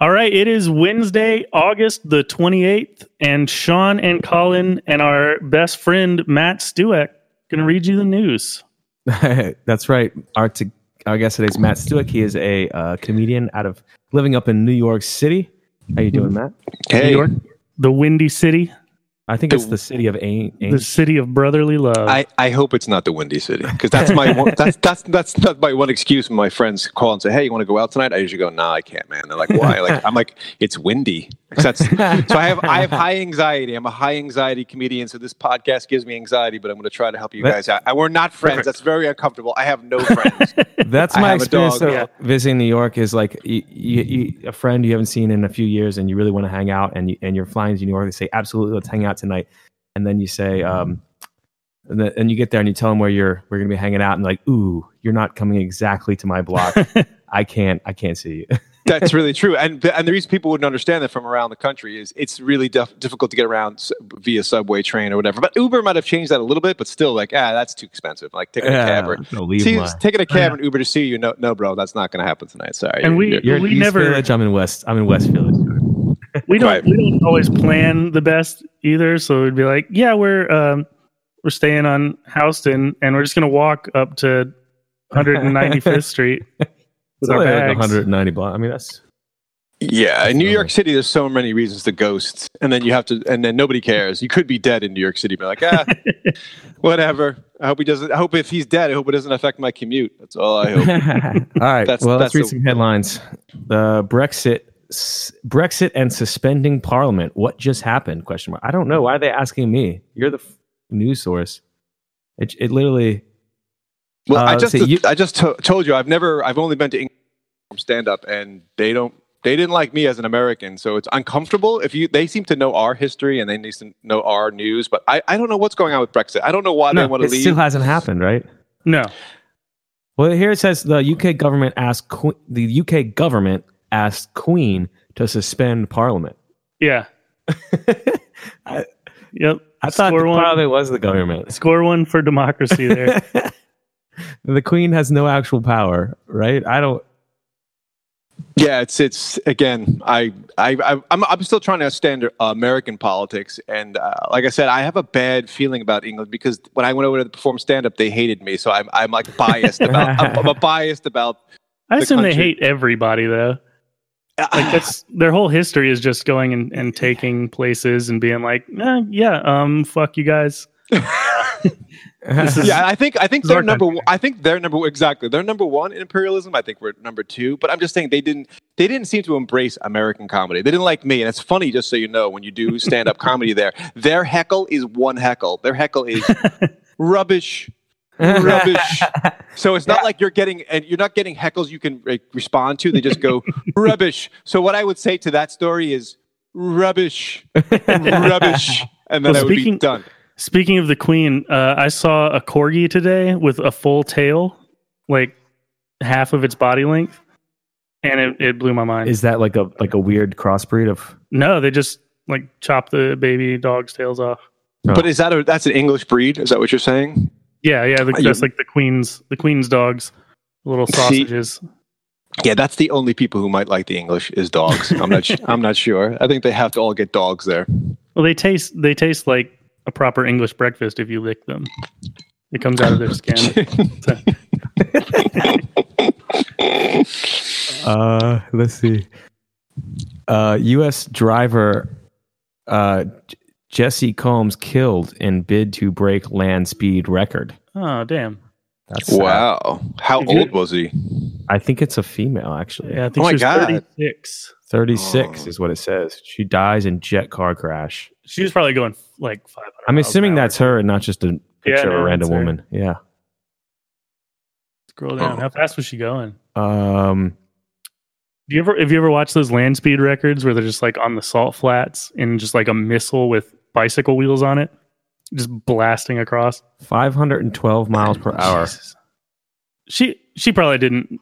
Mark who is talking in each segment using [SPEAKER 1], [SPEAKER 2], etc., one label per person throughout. [SPEAKER 1] All right, it is Wednesday, August the 28th, and Sean and Colin and our best friend Matt Stueck going to read you the news.
[SPEAKER 2] That's right. Our, t- our guest today is Matt Stueck. He is a uh, comedian out of living up in New York City. How you
[SPEAKER 3] Mm-hmm.
[SPEAKER 2] doing, Matt?
[SPEAKER 3] Hey,
[SPEAKER 1] The Windy City,
[SPEAKER 2] I think it's the city of Ain. Ain-
[SPEAKER 1] the city of brotherly love.
[SPEAKER 3] I, I hope it's not the Windy City because that's my one, that's that's that's not my one excuse when my friends call and say, "Hey, you want to go out tonight?" I usually go, "Nah, I can't, man." They're like, "Why?" Like I'm like, "It's windy." 'Cause That's, so I have I have high anxiety. I'm a high anxiety comedian, so this podcast gives me anxiety. But I'm going to try to help you
[SPEAKER 2] That-
[SPEAKER 3] guys out. And we're not friends. That's very uncomfortable. I have no friends.
[SPEAKER 2] That's
[SPEAKER 3] I
[SPEAKER 2] my
[SPEAKER 3] have a
[SPEAKER 2] experience
[SPEAKER 3] dog,
[SPEAKER 2] of
[SPEAKER 3] yeah.
[SPEAKER 2] visiting New York is like you, you, you, a friend you haven't seen in a few years and you really want to hang out and, you, and you're flying to New York. They say, absolutely, let's hang out tonight. And then you say, um, and, the, and you get there and you tell them where you're, we're going to be hanging out and like, ooh, you're not coming exactly to my block. I can't, I can't see you.
[SPEAKER 3] That's really true, and the, and the reason people wouldn't understand that from around the country is it's really def- difficult to get around s- via subway, train, or whatever. But Uber might have changed that a little bit, but still, like ah, that's too expensive. Like taking a cab or
[SPEAKER 2] no, leave
[SPEAKER 3] See,
[SPEAKER 2] my-
[SPEAKER 3] taking a cab and Uber to see you. No, no, bro, that's not going to happen tonight. Sorry.
[SPEAKER 1] And we-
[SPEAKER 2] You're in
[SPEAKER 1] We
[SPEAKER 2] East
[SPEAKER 1] never-
[SPEAKER 2] Village. I'm in West. I'm in West Village.
[SPEAKER 1] we don't
[SPEAKER 3] Right.
[SPEAKER 1] we don't always plan the best either, so we'd be like, yeah, we're um, we're staying on Houston, and we're just going to walk up to 195th Street with
[SPEAKER 2] It's
[SPEAKER 1] our
[SPEAKER 2] only
[SPEAKER 1] bags.
[SPEAKER 2] like 190 block. I mean, that's
[SPEAKER 3] yeah, in New
[SPEAKER 2] So-
[SPEAKER 3] York City, there's so many reasons to ghost, and then you have to, and then nobody cares. You could be dead in New York City, but like, ah, whatever. I hope he doesn't. I hope if he's dead, I hope it doesn't affect my commute. That's all I hope.
[SPEAKER 2] All right.
[SPEAKER 3] That's-
[SPEAKER 2] well, let's
[SPEAKER 3] that's
[SPEAKER 2] read
[SPEAKER 3] a-
[SPEAKER 2] some headlines. The Brexit, s- Brexit, and suspending Parliament. What just happened? Question mark. I don't know. Why are they asking me? You're the f- news source. It, it literally.
[SPEAKER 3] Well, I
[SPEAKER 1] Oh,
[SPEAKER 2] Uh,
[SPEAKER 3] just,
[SPEAKER 2] so you-
[SPEAKER 3] I just to- told you, I've never, I've only been to England stand up, and they don't, they didn't like me as an American, so it's uncomfortable. If you, they seem to know our history and they need to know our news, but I, I don't know what's going on with Brexit. I don't know why
[SPEAKER 1] No,
[SPEAKER 3] they want to
[SPEAKER 2] It
[SPEAKER 3] leave.
[SPEAKER 2] still hasn't happened, right?
[SPEAKER 1] No,
[SPEAKER 2] Well, here it says the UK government asked que- the UK government asked Queen to suspend Parliament.
[SPEAKER 1] yeah,
[SPEAKER 2] I,
[SPEAKER 1] yep.
[SPEAKER 2] I thought the
[SPEAKER 1] Score one.
[SPEAKER 2] Parliament was the government.
[SPEAKER 1] Score one for democracy there.
[SPEAKER 2] the Queen has no actual power, right? I don't.
[SPEAKER 3] Yeah, it's it's again. I I I- I'm I'm still trying to understand uh, American politics, and uh, like I said, I have a bad feeling about England because when I went over to perform stand up, they hated me. So I'm I'm like biased about I'm, I'm a biased about.
[SPEAKER 1] I
[SPEAKER 3] The
[SPEAKER 1] assume they
[SPEAKER 3] country-
[SPEAKER 1] hate everybody though. Like
[SPEAKER 3] uh,
[SPEAKER 1] that's their whole history is just going and, and taking places and being like, eh, yeah, um, fuck you guys. This is-
[SPEAKER 3] yeah, I think I think
[SPEAKER 1] this is
[SPEAKER 3] they're
[SPEAKER 1] our
[SPEAKER 3] number.
[SPEAKER 1] country.
[SPEAKER 3] One, I think they're number exactly. They're number one in imperialism. I think we're number two. But I'm just saying they didn't. They didn't seem to embrace American comedy. They didn't like me, and it's funny. Just so you know, when you do stand up comedy, there, their heckle is one heckle. Their heckle is rubbish. rubbish. So it's not like you're getting and you're not getting heckles you can like, respond to. They just go rubbish. So what I would say to that story is rubbish, rubbish, and then
[SPEAKER 1] Well,
[SPEAKER 3] I would
[SPEAKER 1] speaking-
[SPEAKER 3] be done.
[SPEAKER 1] Speaking of the queen, uh, I saw a corgi today with a full tail, like half of its body length, and it, it blew my mind.
[SPEAKER 2] Is that like a like a weird crossbreed of?
[SPEAKER 1] no, they just like chop the baby dog's tails off.
[SPEAKER 3] But is that a that's an English breed? Is that what you're saying?
[SPEAKER 1] Yeah, yeah, the,
[SPEAKER 3] Are you-
[SPEAKER 1] that's like the queen's the queen's dogs, little
[SPEAKER 3] See?
[SPEAKER 1] sausages.
[SPEAKER 3] Yeah, that's the only people who might like the English is dogs. I'm not. su- I'm not sure. I think they have to all get dogs there.
[SPEAKER 1] Well, they taste they taste like a proper English breakfast if you lick them. It comes out of their skin.
[SPEAKER 2] Uh, let's see. Uh, U.S. driver uh, J- Jesse Combs killed in bid to break land speed record.
[SPEAKER 1] oh damn!
[SPEAKER 2] That's sad.
[SPEAKER 3] wow, how
[SPEAKER 1] Did you-
[SPEAKER 3] old was he?
[SPEAKER 2] I think it's a female actually.
[SPEAKER 1] Yeah, I think
[SPEAKER 3] Oh my
[SPEAKER 1] she was
[SPEAKER 3] God.
[SPEAKER 1] thirty six.
[SPEAKER 2] Thirty-six
[SPEAKER 3] Oh.
[SPEAKER 2] is what it says. She dies in jet car crash.
[SPEAKER 1] She was probably going like five hundred.
[SPEAKER 2] I'm assuming that's her and not just a picture of
[SPEAKER 1] no,
[SPEAKER 2] a
[SPEAKER 1] that's
[SPEAKER 2] random
[SPEAKER 1] her.
[SPEAKER 2] woman. Yeah.
[SPEAKER 1] scroll down.
[SPEAKER 3] Oh.
[SPEAKER 1] How fast was she going?
[SPEAKER 2] Um.
[SPEAKER 1] Do you ever have you ever watched those land speed records where they're just like on the salt flats and just like a missile with bicycle wheels on it, just blasting across?
[SPEAKER 2] 512 miles per hour.
[SPEAKER 1] Jesus. She she probably didn't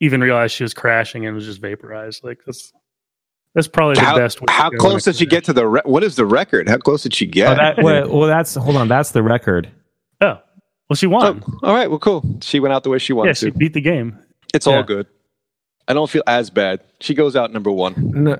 [SPEAKER 1] even realize she was crashing and was just vaporized. Like that's that's probably the
[SPEAKER 3] How,
[SPEAKER 1] best. way to
[SPEAKER 3] how
[SPEAKER 1] go
[SPEAKER 3] close
[SPEAKER 1] when
[SPEAKER 3] did she
[SPEAKER 1] it-
[SPEAKER 3] get to the? Re- what is the record? How close did she get?
[SPEAKER 2] Oh, that, well, well, that's hold on. That's the record.
[SPEAKER 1] Oh, well, she won.
[SPEAKER 3] Oh, all right. Well, cool. She went out the way she wanted
[SPEAKER 1] yeah,
[SPEAKER 3] to.
[SPEAKER 1] she beat the game.
[SPEAKER 3] It's
[SPEAKER 2] Yeah.
[SPEAKER 3] all good. I don't feel as bad. She goes out number one.
[SPEAKER 2] No.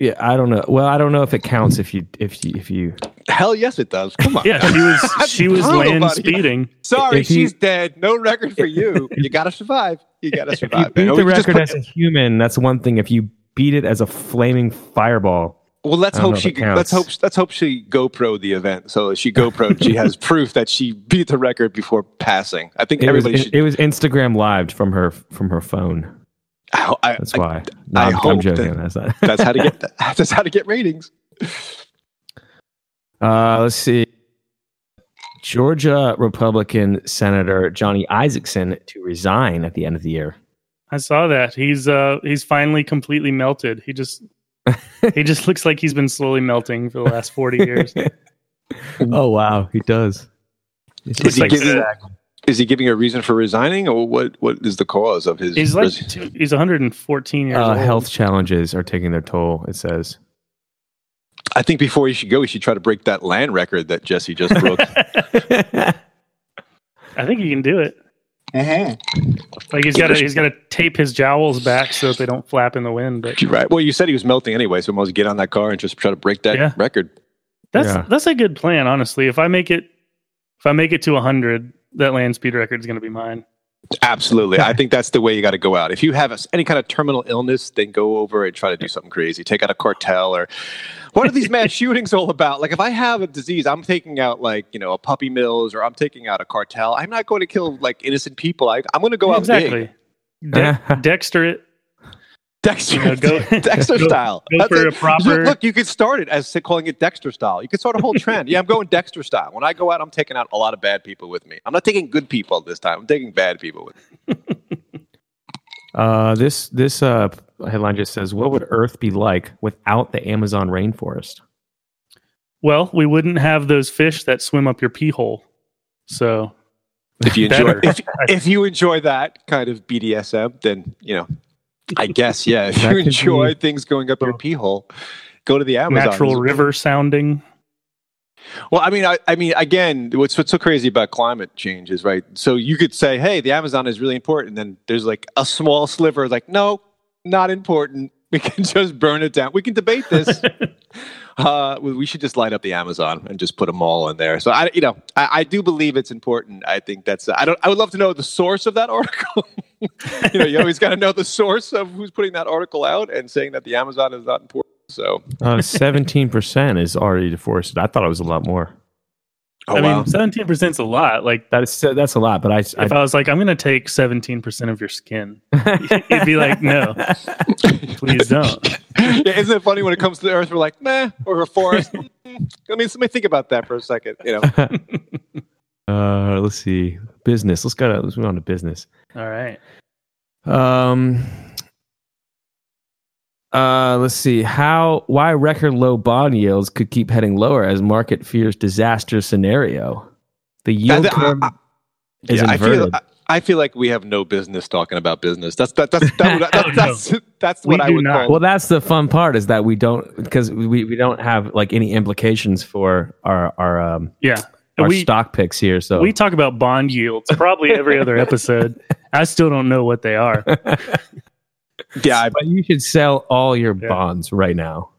[SPEAKER 2] Yeah, I don't know. Well, I don't know if it counts if you if you if you
[SPEAKER 3] Hell yes, it does. Come on.
[SPEAKER 1] Yeah, she was she was
[SPEAKER 3] Brutal,
[SPEAKER 1] land
[SPEAKER 3] buddy.
[SPEAKER 1] speeding.
[SPEAKER 3] Sorry,
[SPEAKER 2] If you-
[SPEAKER 3] she's dead. No record for you. You gotta survive. You gotta
[SPEAKER 2] if you
[SPEAKER 3] survive.
[SPEAKER 2] beat
[SPEAKER 3] man.
[SPEAKER 2] the
[SPEAKER 3] We just
[SPEAKER 2] record as
[SPEAKER 3] put-
[SPEAKER 2] a human, that's one thing. If you beat it as a flaming fireball,
[SPEAKER 3] well, let's
[SPEAKER 2] I don't
[SPEAKER 3] hope
[SPEAKER 2] know if
[SPEAKER 3] she.
[SPEAKER 2] it counts.
[SPEAKER 3] Let's hope. Let's hope she GoPro the event. So if she GoPro, she has proof that she beat the record before passing. I think
[SPEAKER 2] it was
[SPEAKER 3] everybody
[SPEAKER 2] it,
[SPEAKER 3] should.
[SPEAKER 2] it was Instagram lived from her from her phone.
[SPEAKER 3] I- I-
[SPEAKER 2] That's
[SPEAKER 3] I-
[SPEAKER 2] why. No,
[SPEAKER 3] I
[SPEAKER 2] I'm, I'm
[SPEAKER 3] hope
[SPEAKER 2] joking.
[SPEAKER 3] that-
[SPEAKER 2] that's not.
[SPEAKER 3] that's how to get. That's how to get ratings.
[SPEAKER 2] Uh, let's see. Georgia Republican Senator Johnny Isaacson to resign at the end of the year.
[SPEAKER 1] I saw that. He's uh he's finally completely melted. He just he just looks like he's been slowly melting for the last 40 years.
[SPEAKER 2] oh wow, he does.
[SPEAKER 3] Is he,
[SPEAKER 1] like
[SPEAKER 3] giving,
[SPEAKER 1] that.
[SPEAKER 3] is he giving a reason for resigning, or what? What is the cause of his?
[SPEAKER 1] He's like
[SPEAKER 3] res-
[SPEAKER 1] two, he's 114 years
[SPEAKER 2] Uh,
[SPEAKER 1] old.
[SPEAKER 2] health challenges are taking their toll. It says.
[SPEAKER 3] I think before he should go, he should try to break that land record that Jesse just broke.
[SPEAKER 1] I think he can do it.
[SPEAKER 3] Mhm.
[SPEAKER 1] Like he's got to he's got to tape his jowls back so that they don't flap in the wind. But
[SPEAKER 3] You're Right. Well, you said he was melting anyway, so we might as well get on that car and just try to break that
[SPEAKER 1] Yeah.
[SPEAKER 3] record.
[SPEAKER 1] that's
[SPEAKER 2] Yeah.
[SPEAKER 1] that's a good plan, honestly. If I make it if I make it to 100, that land speed record's going to be mine.
[SPEAKER 3] Absolutely. I think that's the way you got to go out. If you have a, any kind of terminal illness, then go over and try to do something crazy. Take out a cartel or what are these mass shootings all about? Like, if I have a disease, I'm taking out, like, you know, a puppy mills or I'm taking out a cartel. I'm not going to kill, like, innocent people. I, I'm going to go out big.
[SPEAKER 1] exactly.
[SPEAKER 2] Uh-huh.
[SPEAKER 1] De- Dexter it.
[SPEAKER 3] Dexter,
[SPEAKER 1] You know, go-
[SPEAKER 3] Dexter
[SPEAKER 1] go-
[SPEAKER 3] style.
[SPEAKER 1] go
[SPEAKER 3] That's
[SPEAKER 1] for
[SPEAKER 3] it.
[SPEAKER 1] a proper-
[SPEAKER 3] Look, you could start it as calling it Dexter style. You could start a whole trend. yeah, I'm going Dexter style. When I go out, I'm taking out a lot of bad people with me. I'm not taking good people this time. I'm taking bad people with me.
[SPEAKER 2] Uh, this this uh, headline just says, "What would Earth be like without the Amazon rainforest?"
[SPEAKER 1] Well, we wouldn't have those fish that swim up your pee hole. So
[SPEAKER 3] If you enjoy,
[SPEAKER 1] Better.
[SPEAKER 3] if, if you enjoy that kind of BDSM, then you know, I guess yeah. If
[SPEAKER 2] That
[SPEAKER 3] you
[SPEAKER 2] could
[SPEAKER 3] enjoy
[SPEAKER 2] be-
[SPEAKER 3] things going up your pee hole, go to the Amazon.
[SPEAKER 1] natural river sounding.
[SPEAKER 3] Well, I mean, I, I mean, again, what's what's so crazy about climate change is right. So you could say, hey, the Amazon is really important, and there's like a small sliver, like, no, not important. We can just burn it down. We can debate this. uh, we we should just light up the Amazon and just put them all in there. So I, you know, I, I do believe it's important. I think that's. I don't. I would love to know the source of that article. you know, you always got to know the source of who's putting that article out and saying that the Amazon is not important. So,
[SPEAKER 2] Uh, Seventeen percent is already deforested. I thought it was a lot more.
[SPEAKER 3] oh,
[SPEAKER 1] I
[SPEAKER 3] wow.
[SPEAKER 1] mean, 17% is a lot. Like
[SPEAKER 2] That's that's a lot, but I,
[SPEAKER 1] if I was like, I'm going to take 17% of your skin,
[SPEAKER 2] I
[SPEAKER 1] it'd be like, no, please don't.
[SPEAKER 3] yeah, isn't it funny when it comes to the earth, we're like, meh, or a forest. Mm, I mean, let me think about that for a second. You know,
[SPEAKER 2] uh, let's see business. Let's go. To, let's move on to business.
[SPEAKER 1] All right.
[SPEAKER 2] Um. Uh, let's see how why record low bond yields could keep heading lower as market fears disaster scenario. The yield
[SPEAKER 3] I- I-
[SPEAKER 2] curve
[SPEAKER 3] I-
[SPEAKER 2] is
[SPEAKER 3] I feel,
[SPEAKER 2] inverted.
[SPEAKER 3] I, I feel like we have no business talking about business. That's that, that's that would,
[SPEAKER 1] Oh, no.
[SPEAKER 3] that, that's that's
[SPEAKER 1] We
[SPEAKER 3] what I
[SPEAKER 1] do
[SPEAKER 3] would
[SPEAKER 1] not.
[SPEAKER 3] call.
[SPEAKER 2] well, that's the fun part is that we don't because we, we don't have like any implications for our our um
[SPEAKER 1] Yeah.
[SPEAKER 2] our
[SPEAKER 1] we,
[SPEAKER 2] stock picks here. So
[SPEAKER 1] we talk about bond yields probably every other episode. I still don't know what they are.
[SPEAKER 3] yeah, I-
[SPEAKER 2] but you should sell all your
[SPEAKER 1] Yeah.
[SPEAKER 2] bonds right now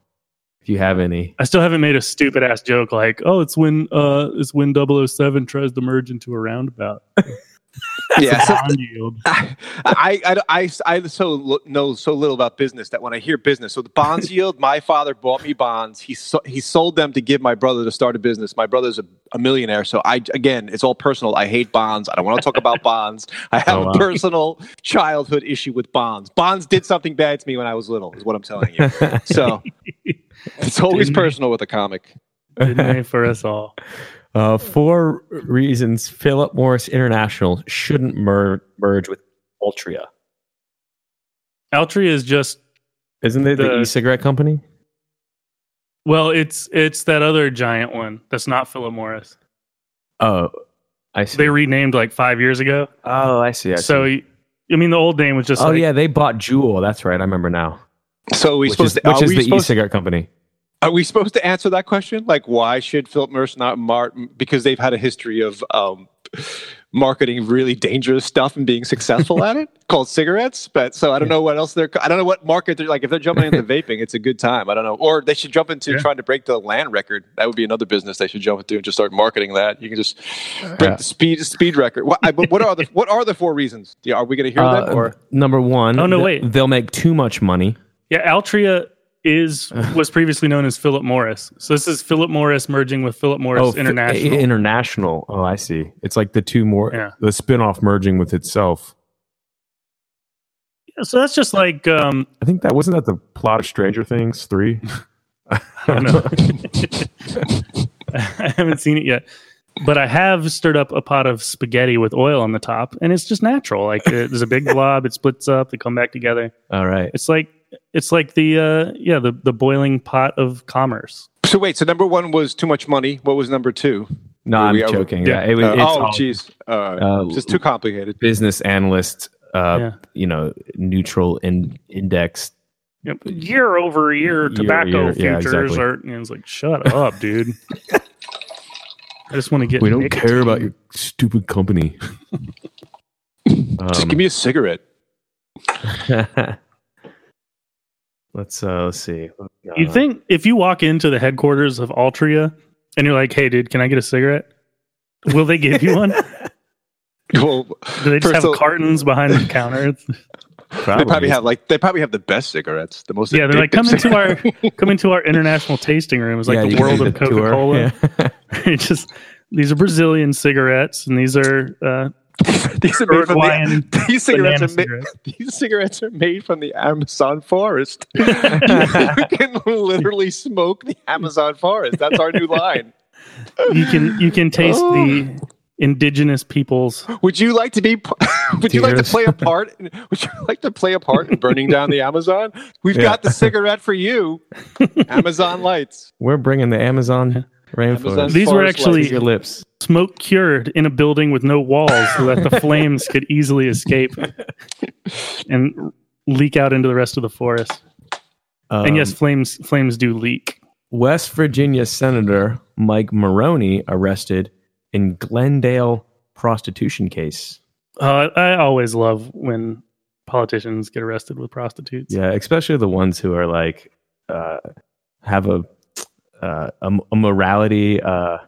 [SPEAKER 2] if you have any.
[SPEAKER 1] I still haven't made a stupid ass joke like, oh, it's when uh, it's when 007 tries to merge into a roundabout.
[SPEAKER 3] yeah. so-
[SPEAKER 1] Bond yield.
[SPEAKER 3] I, I, I, I so lo- know so little about business that when I hear business, so the bonds yield, my father bought me bonds. He so, he sold them to give my brother to start a business. My brother's a, a millionaire, so I again, it's all personal. I hate bonds. I don't want to talk about bonds. I have
[SPEAKER 2] Oh, wow.
[SPEAKER 3] a personal childhood issue with bonds. Bonds did something bad to me when I was little. Is what I'm telling you. So it's always
[SPEAKER 1] Didn't they?
[SPEAKER 3] personal with a comic.
[SPEAKER 1] Didn't they for us all?
[SPEAKER 2] Uh, four reasons Philip Morris International shouldn't mer- merge with Altria.
[SPEAKER 1] Altria is just
[SPEAKER 2] Isn't it the,
[SPEAKER 1] The-
[SPEAKER 2] e-cigarette company?
[SPEAKER 1] well, it's it's that other giant one that's not Philip Morris.
[SPEAKER 2] Oh, I see.
[SPEAKER 1] They renamed like five years ago.
[SPEAKER 2] oh, I see. I see.
[SPEAKER 1] so I mean, the old name was just
[SPEAKER 2] oh
[SPEAKER 1] like,
[SPEAKER 2] yeah, they bought Juul. That's right. I remember now.
[SPEAKER 3] So are we
[SPEAKER 2] which
[SPEAKER 3] supposed
[SPEAKER 2] is,
[SPEAKER 3] to,
[SPEAKER 2] which
[SPEAKER 3] are
[SPEAKER 2] is
[SPEAKER 3] we
[SPEAKER 2] the
[SPEAKER 3] supposed to
[SPEAKER 2] e-cigarette company.
[SPEAKER 3] Are we supposed to answer that question? Like, why should Philip Morris not Mart? Because they've had a history of um, marketing really dangerous stuff and being successful at it called cigarettes. But so I don't know what else they're, I don't know what market they're like. If they're jumping into vaping, it's a good time. I don't know. Or they should jump into
[SPEAKER 1] Yeah.
[SPEAKER 3] trying to break the land record. That would be another business they should jump into and just start marketing that. You can just break
[SPEAKER 2] Yeah.
[SPEAKER 3] the speed speed record. What, I, but what are the what are the four reasons? Yeah, Are we going to hear
[SPEAKER 2] Uh,
[SPEAKER 3] them or
[SPEAKER 2] number one,
[SPEAKER 1] Oh, no,
[SPEAKER 2] th-
[SPEAKER 1] wait.
[SPEAKER 2] they'll make too much money.
[SPEAKER 1] Yeah, Altria is was previously known as Philip Morris. So this is Philip Morris merging with Philip Morris
[SPEAKER 2] fi-
[SPEAKER 1] International.
[SPEAKER 2] i- Oh, international. Oh, I see. It's like the two more
[SPEAKER 1] Yeah.
[SPEAKER 2] the spin-off merging with itself.
[SPEAKER 1] so that's just like um
[SPEAKER 2] I think that wasn't that the plot of Stranger Things three.
[SPEAKER 1] I don't know. I haven't seen it yet. But I have stirred up a pot of spaghetti with oil on the top, and it's just natural. Like uh, there's a big blob, it splits up, they come back together.
[SPEAKER 2] All right.
[SPEAKER 1] It's like it's like the uh, yeah the the boiling pot of commerce.
[SPEAKER 3] so wait. So number one was too much money. What was number two?
[SPEAKER 2] No,
[SPEAKER 3] Were
[SPEAKER 2] I'm
[SPEAKER 3] we over-
[SPEAKER 2] joking.
[SPEAKER 1] Yeah.
[SPEAKER 2] Yeah. it was,
[SPEAKER 3] Uh,
[SPEAKER 2] it's
[SPEAKER 3] oh,
[SPEAKER 2] all
[SPEAKER 3] jeez, uh,
[SPEAKER 2] uh,
[SPEAKER 3] just too complicated.
[SPEAKER 2] business analyst. Uh,
[SPEAKER 1] Yeah.
[SPEAKER 2] you know, neutral in index.
[SPEAKER 1] Yep. Year over year,
[SPEAKER 2] Year-
[SPEAKER 1] tobacco
[SPEAKER 2] year- yeah,
[SPEAKER 1] futures
[SPEAKER 2] exactly.
[SPEAKER 1] are. And it's like, shut up, dude. I just want to get.
[SPEAKER 2] We don't
[SPEAKER 1] naked.
[SPEAKER 2] care about your stupid company.
[SPEAKER 1] Um,
[SPEAKER 3] just give me a cigarette.
[SPEAKER 2] Um, let's uh, let's see.
[SPEAKER 1] You
[SPEAKER 2] Uh,
[SPEAKER 1] think if you walk into the headquarters of Altria and you're like, "Hey, dude, can I get a cigarette?" Will they give you one?
[SPEAKER 3] Well,
[SPEAKER 1] Do they just
[SPEAKER 3] First
[SPEAKER 1] have
[SPEAKER 3] of all-
[SPEAKER 1] cartons behind the counter?
[SPEAKER 3] they probably have like they probably have the best cigarettes. The most
[SPEAKER 1] yeah, they're like,
[SPEAKER 3] addictive
[SPEAKER 1] "Come into our
[SPEAKER 3] cigarettes."
[SPEAKER 1] come into our international tasting room." It's like
[SPEAKER 2] Yeah, you
[SPEAKER 1] the
[SPEAKER 2] can
[SPEAKER 1] world
[SPEAKER 2] do
[SPEAKER 1] of
[SPEAKER 2] the tour.
[SPEAKER 1] Coca Cola.
[SPEAKER 2] Yeah.
[SPEAKER 1] just these are Brazilian cigarettes, and these are uh,
[SPEAKER 3] these are made from the,
[SPEAKER 1] Uruguayan
[SPEAKER 3] these cigarettes
[SPEAKER 1] banana
[SPEAKER 3] are made,
[SPEAKER 1] cigarettes.
[SPEAKER 3] these cigarettes are made from the Amazon forest. you can literally smoke the Amazon forest. That's our new line.
[SPEAKER 1] You can you can taste
[SPEAKER 3] Oh.
[SPEAKER 1] the indigenous peoples.
[SPEAKER 3] Would you like to be? p- Would you like to
[SPEAKER 2] Tears.
[SPEAKER 3] play a part? in- Would you like to play a part in burning down the Amazon? We've
[SPEAKER 2] Yeah.
[SPEAKER 3] got the cigarette for you. Amazon lights.
[SPEAKER 2] We're bringing the Amazon rainforest.
[SPEAKER 3] Amazon
[SPEAKER 1] These were
[SPEAKER 3] forest
[SPEAKER 1] actually-
[SPEAKER 2] These your lips.
[SPEAKER 1] smoke cured in a building with no walls so that the flames could easily escape and leak out into the rest of the forest.
[SPEAKER 2] Um,
[SPEAKER 1] and yes, flames flames do leak.
[SPEAKER 2] West Virginia Senator Mike Maroney arrested in Glendale prostitution case.
[SPEAKER 1] Uh, I always love when politicians get arrested with prostitutes.
[SPEAKER 2] Yeah, especially the ones who are like uh, have a, uh, a a morality uh,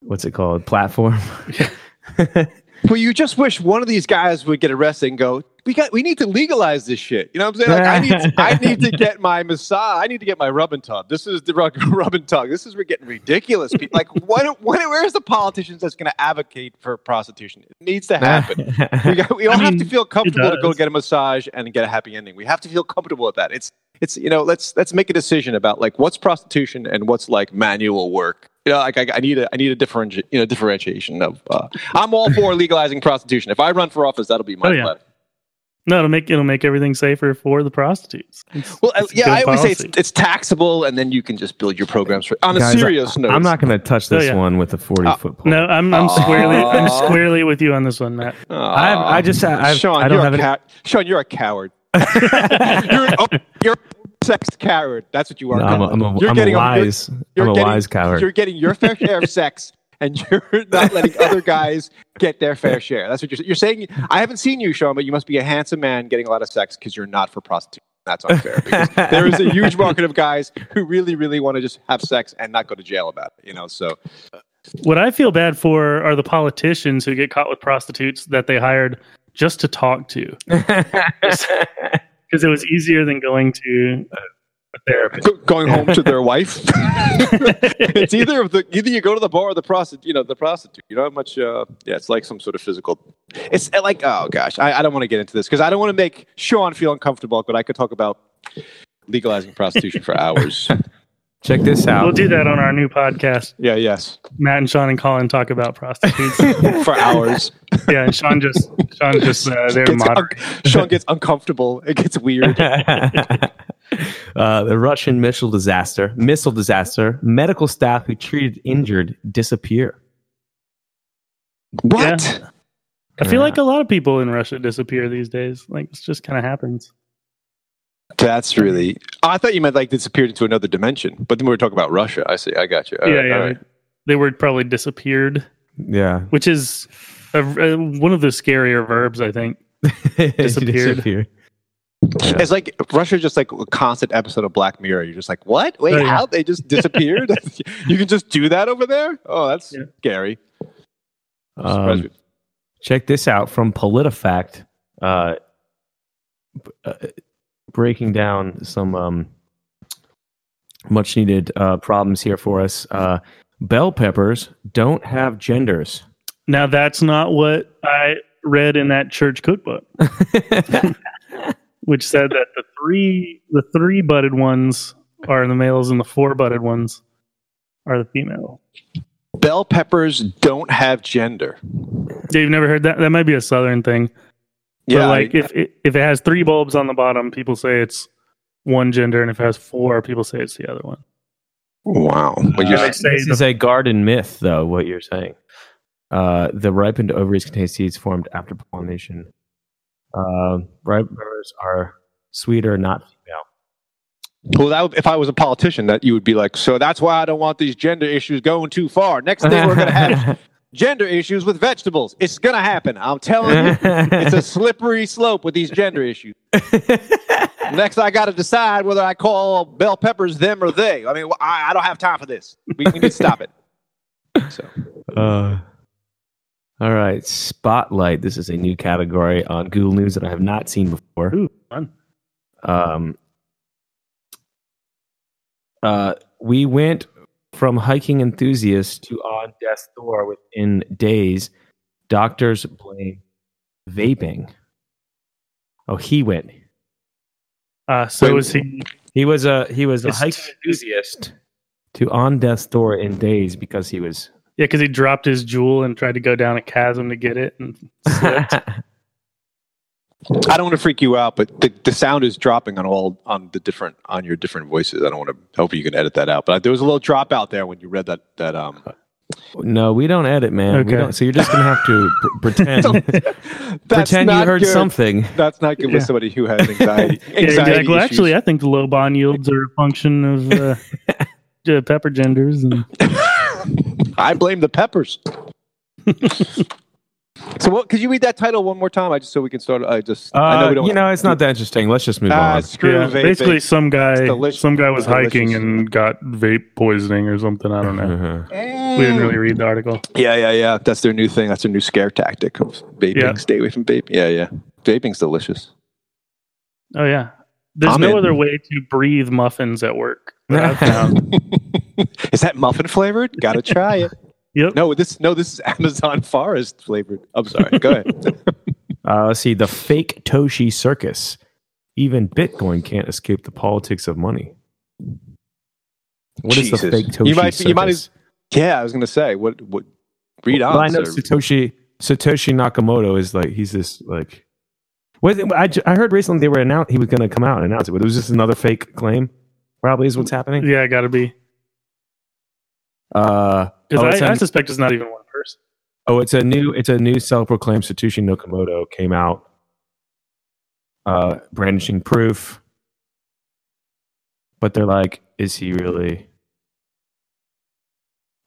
[SPEAKER 2] what's it called platform.
[SPEAKER 3] Well, you just wish one of these guys would get arrested and go, we got, we need to legalize this shit. You know what I'm saying? Like, I need, I need to get my massage. I need to get my rub and tub. This is the rub, rub and tug. This is we're getting ridiculous. People. Like, what, what, where's the politicians that's going to advocate for prostitution? It needs to happen. We, got, we all
[SPEAKER 1] I
[SPEAKER 3] have to
[SPEAKER 1] mean,
[SPEAKER 3] feel comfortable to go
[SPEAKER 1] does.
[SPEAKER 3] get a massage and get a happy ending. We have to feel comfortable with that. It's, it's you know, let's let's make a decision about like what's prostitution and what's like manual work. You know, like I, I need a I need a differenti- you know differentiation of. Uh, I'm all for legalizing prostitution. If I run for office, that'll be my
[SPEAKER 1] Oh, yeah.
[SPEAKER 3] plan.
[SPEAKER 1] No, it'll make it'll make everything safer for the prostitutes. It's-
[SPEAKER 3] Well, uh,
[SPEAKER 1] it's a
[SPEAKER 3] yeah,
[SPEAKER 1] good
[SPEAKER 3] I always say
[SPEAKER 1] policy.
[SPEAKER 3] it's, it's taxable, and then you can just build your programs for. On a
[SPEAKER 2] Guys, I-
[SPEAKER 3] serious note,
[SPEAKER 2] I'm not going to touch this
[SPEAKER 1] Oh, yeah.
[SPEAKER 2] one with a 40
[SPEAKER 3] Uh,
[SPEAKER 2] foot pole.
[SPEAKER 1] no, I'm I'm
[SPEAKER 3] Aw.
[SPEAKER 1] squarely I'm squarely with you on this one, Matt.
[SPEAKER 2] I've, I just I, I've-
[SPEAKER 3] Sean,
[SPEAKER 2] I don't
[SPEAKER 3] you're
[SPEAKER 2] have
[SPEAKER 3] a
[SPEAKER 2] any.
[SPEAKER 3] cow- Sean, you're a coward. you're an up- you're a sex coward. That's what you are.
[SPEAKER 2] No, I'm a, I'm a,
[SPEAKER 3] You're
[SPEAKER 2] I'm a
[SPEAKER 3] getting a- you're-
[SPEAKER 2] wise I'm a wise coward.
[SPEAKER 3] You're getting your fair share of sex, and you're not letting other guys get their fair share. That's what you're, you're saying. I haven't seen you, Sean, but you must be a handsome man getting a lot of sex because you're not for prostitution. That's unfair. because there is a huge market of guys who really, really want to just have sex and not go to jail about it. You know, so
[SPEAKER 1] What I feel bad for are the politicians who get caught with prostitutes that they hired just to talk to because it was easier than going to a therapist.
[SPEAKER 3] go- going home to their wife. it's either of the either you go to the bar or the prostitute. You know, the prostitute. You don't have much. Uh, yeah, it's like some sort of physical. It's like oh gosh, I, I don't want to get into this because I don't want to make Sean feel uncomfortable. But I could talk about legalizing prostitution for hours.
[SPEAKER 2] Check this
[SPEAKER 1] We'll
[SPEAKER 2] out.
[SPEAKER 1] do that on our new podcast.
[SPEAKER 3] Yeah, yes,
[SPEAKER 1] Matt and Sean and Colin talk about prostitutes.
[SPEAKER 3] for hours.
[SPEAKER 1] yeah, and Sean just Sean just uh, they're
[SPEAKER 3] Gets un-
[SPEAKER 1] moderate.
[SPEAKER 3] Sean gets uncomfortable. It gets weird.
[SPEAKER 2] uh, the Russian missile disaster, missile disaster, medical staff who treated injured disappear.
[SPEAKER 3] What?
[SPEAKER 1] I feel like a lot of people in Russia disappear these days. Like it's just kind of happens.
[SPEAKER 3] That's really. I thought you meant like disappeared into another dimension, but then we were talking about Russia. I see. I got you. All
[SPEAKER 1] yeah,
[SPEAKER 3] right,
[SPEAKER 1] yeah.
[SPEAKER 3] all right.
[SPEAKER 1] They, they were probably disappeared,
[SPEAKER 2] Yeah.
[SPEAKER 1] which is A, a, one of the scarier verbs, I think. Disappeared.
[SPEAKER 2] Disappeared.
[SPEAKER 3] It's like Russia just like a constant episode of Black Mirror. You're just like, what? Wait,
[SPEAKER 1] Oh, yeah.
[SPEAKER 3] how they just disappeared? you can just do that over there? Oh, that's
[SPEAKER 1] Yeah.
[SPEAKER 3] scary. I'm surprised
[SPEAKER 2] Um,
[SPEAKER 3] we-
[SPEAKER 2] check this out from PolitiFact, uh, b- uh, breaking down some um, much-needed uh, problems here for us. Uh, bell peppers don't have genders.
[SPEAKER 1] Now that's not what I read in that church cookbook, which said that the three the three butted ones are the males and the four butted ones are the female.
[SPEAKER 3] Bell peppers don't have gender.
[SPEAKER 1] Yeah, you've never heard that? That might be a southern thing.
[SPEAKER 3] Yeah,
[SPEAKER 1] but like
[SPEAKER 3] I-
[SPEAKER 1] if it, if it has three bulbs on the bottom, people say it's one gender, and if it has four, people say it's the other one.
[SPEAKER 3] wow. But
[SPEAKER 1] Uh,
[SPEAKER 3] you're-
[SPEAKER 1] they say
[SPEAKER 2] this
[SPEAKER 1] the-
[SPEAKER 2] is a garden myth, though. What you're saying, uh, the ripened ovaries contain seeds formed after pollination. Uh, ripe peppers are sweeter, not female.
[SPEAKER 3] well, that would, if I was a politician, that you would be like, so that's why I don't want these gender issues going too far. Next thing we're gonna have gender issues with vegetables. It's gonna happen. I'm telling you, it's a slippery slope with these gender issues. Next, I got to decide whether I call bell peppers them or they. I mean, wh- I, I don't have time for this. We, we need to stop it. So,
[SPEAKER 2] Uh, all right, spotlight. This is a new category on Google News that I have not seen before.
[SPEAKER 1] Ooh, fun.
[SPEAKER 2] Um, uh, we went from hiking enthusiasts to on death's door within days. Doctors blame vaping. Oh, he went.
[SPEAKER 1] Uh, so
[SPEAKER 3] Wait,
[SPEAKER 1] is he?
[SPEAKER 2] He was a he was a
[SPEAKER 1] It's
[SPEAKER 2] hiking enthusiast to on death's door in days because he was
[SPEAKER 1] Yeah, because he dropped his jewel and tried to go down a chasm to get it, and slipped.
[SPEAKER 3] I don't want to freak you out, but the, the sound is dropping on all on the different on your different voices. I don't want to. Hopefully, you can edit that out. But there was a little drop out there when you read that. That um,
[SPEAKER 2] No, we don't edit, man. We
[SPEAKER 1] Okay.
[SPEAKER 2] don't, so you're just gonna have to pr- pretend
[SPEAKER 3] that's
[SPEAKER 2] pretend you
[SPEAKER 3] not
[SPEAKER 2] heard
[SPEAKER 3] good.
[SPEAKER 2] something.
[SPEAKER 3] That's not good with
[SPEAKER 1] Yeah.
[SPEAKER 3] somebody who has anxiety.
[SPEAKER 1] Yeah, you'd be
[SPEAKER 3] anxiety
[SPEAKER 1] like, well,
[SPEAKER 3] issues.
[SPEAKER 1] actually, I think the low bond yields are a function of uh, uh, pepper genders, and
[SPEAKER 3] I blame the peppers. so, what? Could you read that title one more time? I just so we can start. I just. I know
[SPEAKER 2] Uh,
[SPEAKER 3] we don't.
[SPEAKER 2] you know, it's not that interesting. Let's just move
[SPEAKER 3] ah,
[SPEAKER 2] on.
[SPEAKER 3] screw
[SPEAKER 1] Yeah,
[SPEAKER 3] vape,
[SPEAKER 1] basically,
[SPEAKER 3] vape.
[SPEAKER 1] some guy,
[SPEAKER 3] delicious.
[SPEAKER 1] some guy was
[SPEAKER 3] It's delicious.
[SPEAKER 1] hiking and got vape poisoning or something. I don't know.
[SPEAKER 2] Uh-huh.
[SPEAKER 1] we didn't really read the article.
[SPEAKER 3] Yeah, yeah, yeah. That's their new thing. That's their new scare tactic. of Vaping.
[SPEAKER 1] Yeah.
[SPEAKER 3] Stay away from vape. Yeah, yeah. Vaping's delicious.
[SPEAKER 1] Oh yeah, there's
[SPEAKER 3] I'm
[SPEAKER 1] no
[SPEAKER 3] in.
[SPEAKER 1] other way to breathe muffins at work. that I've found.
[SPEAKER 2] Um,
[SPEAKER 3] Is that muffin flavored? Gotta try it.
[SPEAKER 1] Yep.
[SPEAKER 3] No, this no, this is Amazon forest flavored. I'm sorry. Go ahead.
[SPEAKER 2] Uh, let's see the fake Toshi circus. Even Bitcoin can't escape the politics of money. What is the
[SPEAKER 3] Jesus.
[SPEAKER 2] fake Toshi
[SPEAKER 3] You might-
[SPEAKER 2] circus?
[SPEAKER 3] you might as- yeah, I was gonna say. What? What? Read on.
[SPEAKER 2] well, I know
[SPEAKER 3] sir.
[SPEAKER 2] Satoshi Satoshi Nakamoto is like he's this like. Was it, I, ju- I heard recently they were announced he was going to come out and announce it, but it was just another fake claim. Probably is what's happening.
[SPEAKER 1] Yeah, gotta be
[SPEAKER 2] Uh, oh,
[SPEAKER 1] because
[SPEAKER 2] it's
[SPEAKER 1] I, I
[SPEAKER 2] on-
[SPEAKER 1] suspect it's not even one person.
[SPEAKER 2] Oh, it's a new it's a new self-proclaimed Satoshi Nakamoto came out uh brandishing proof. But they're like, is he really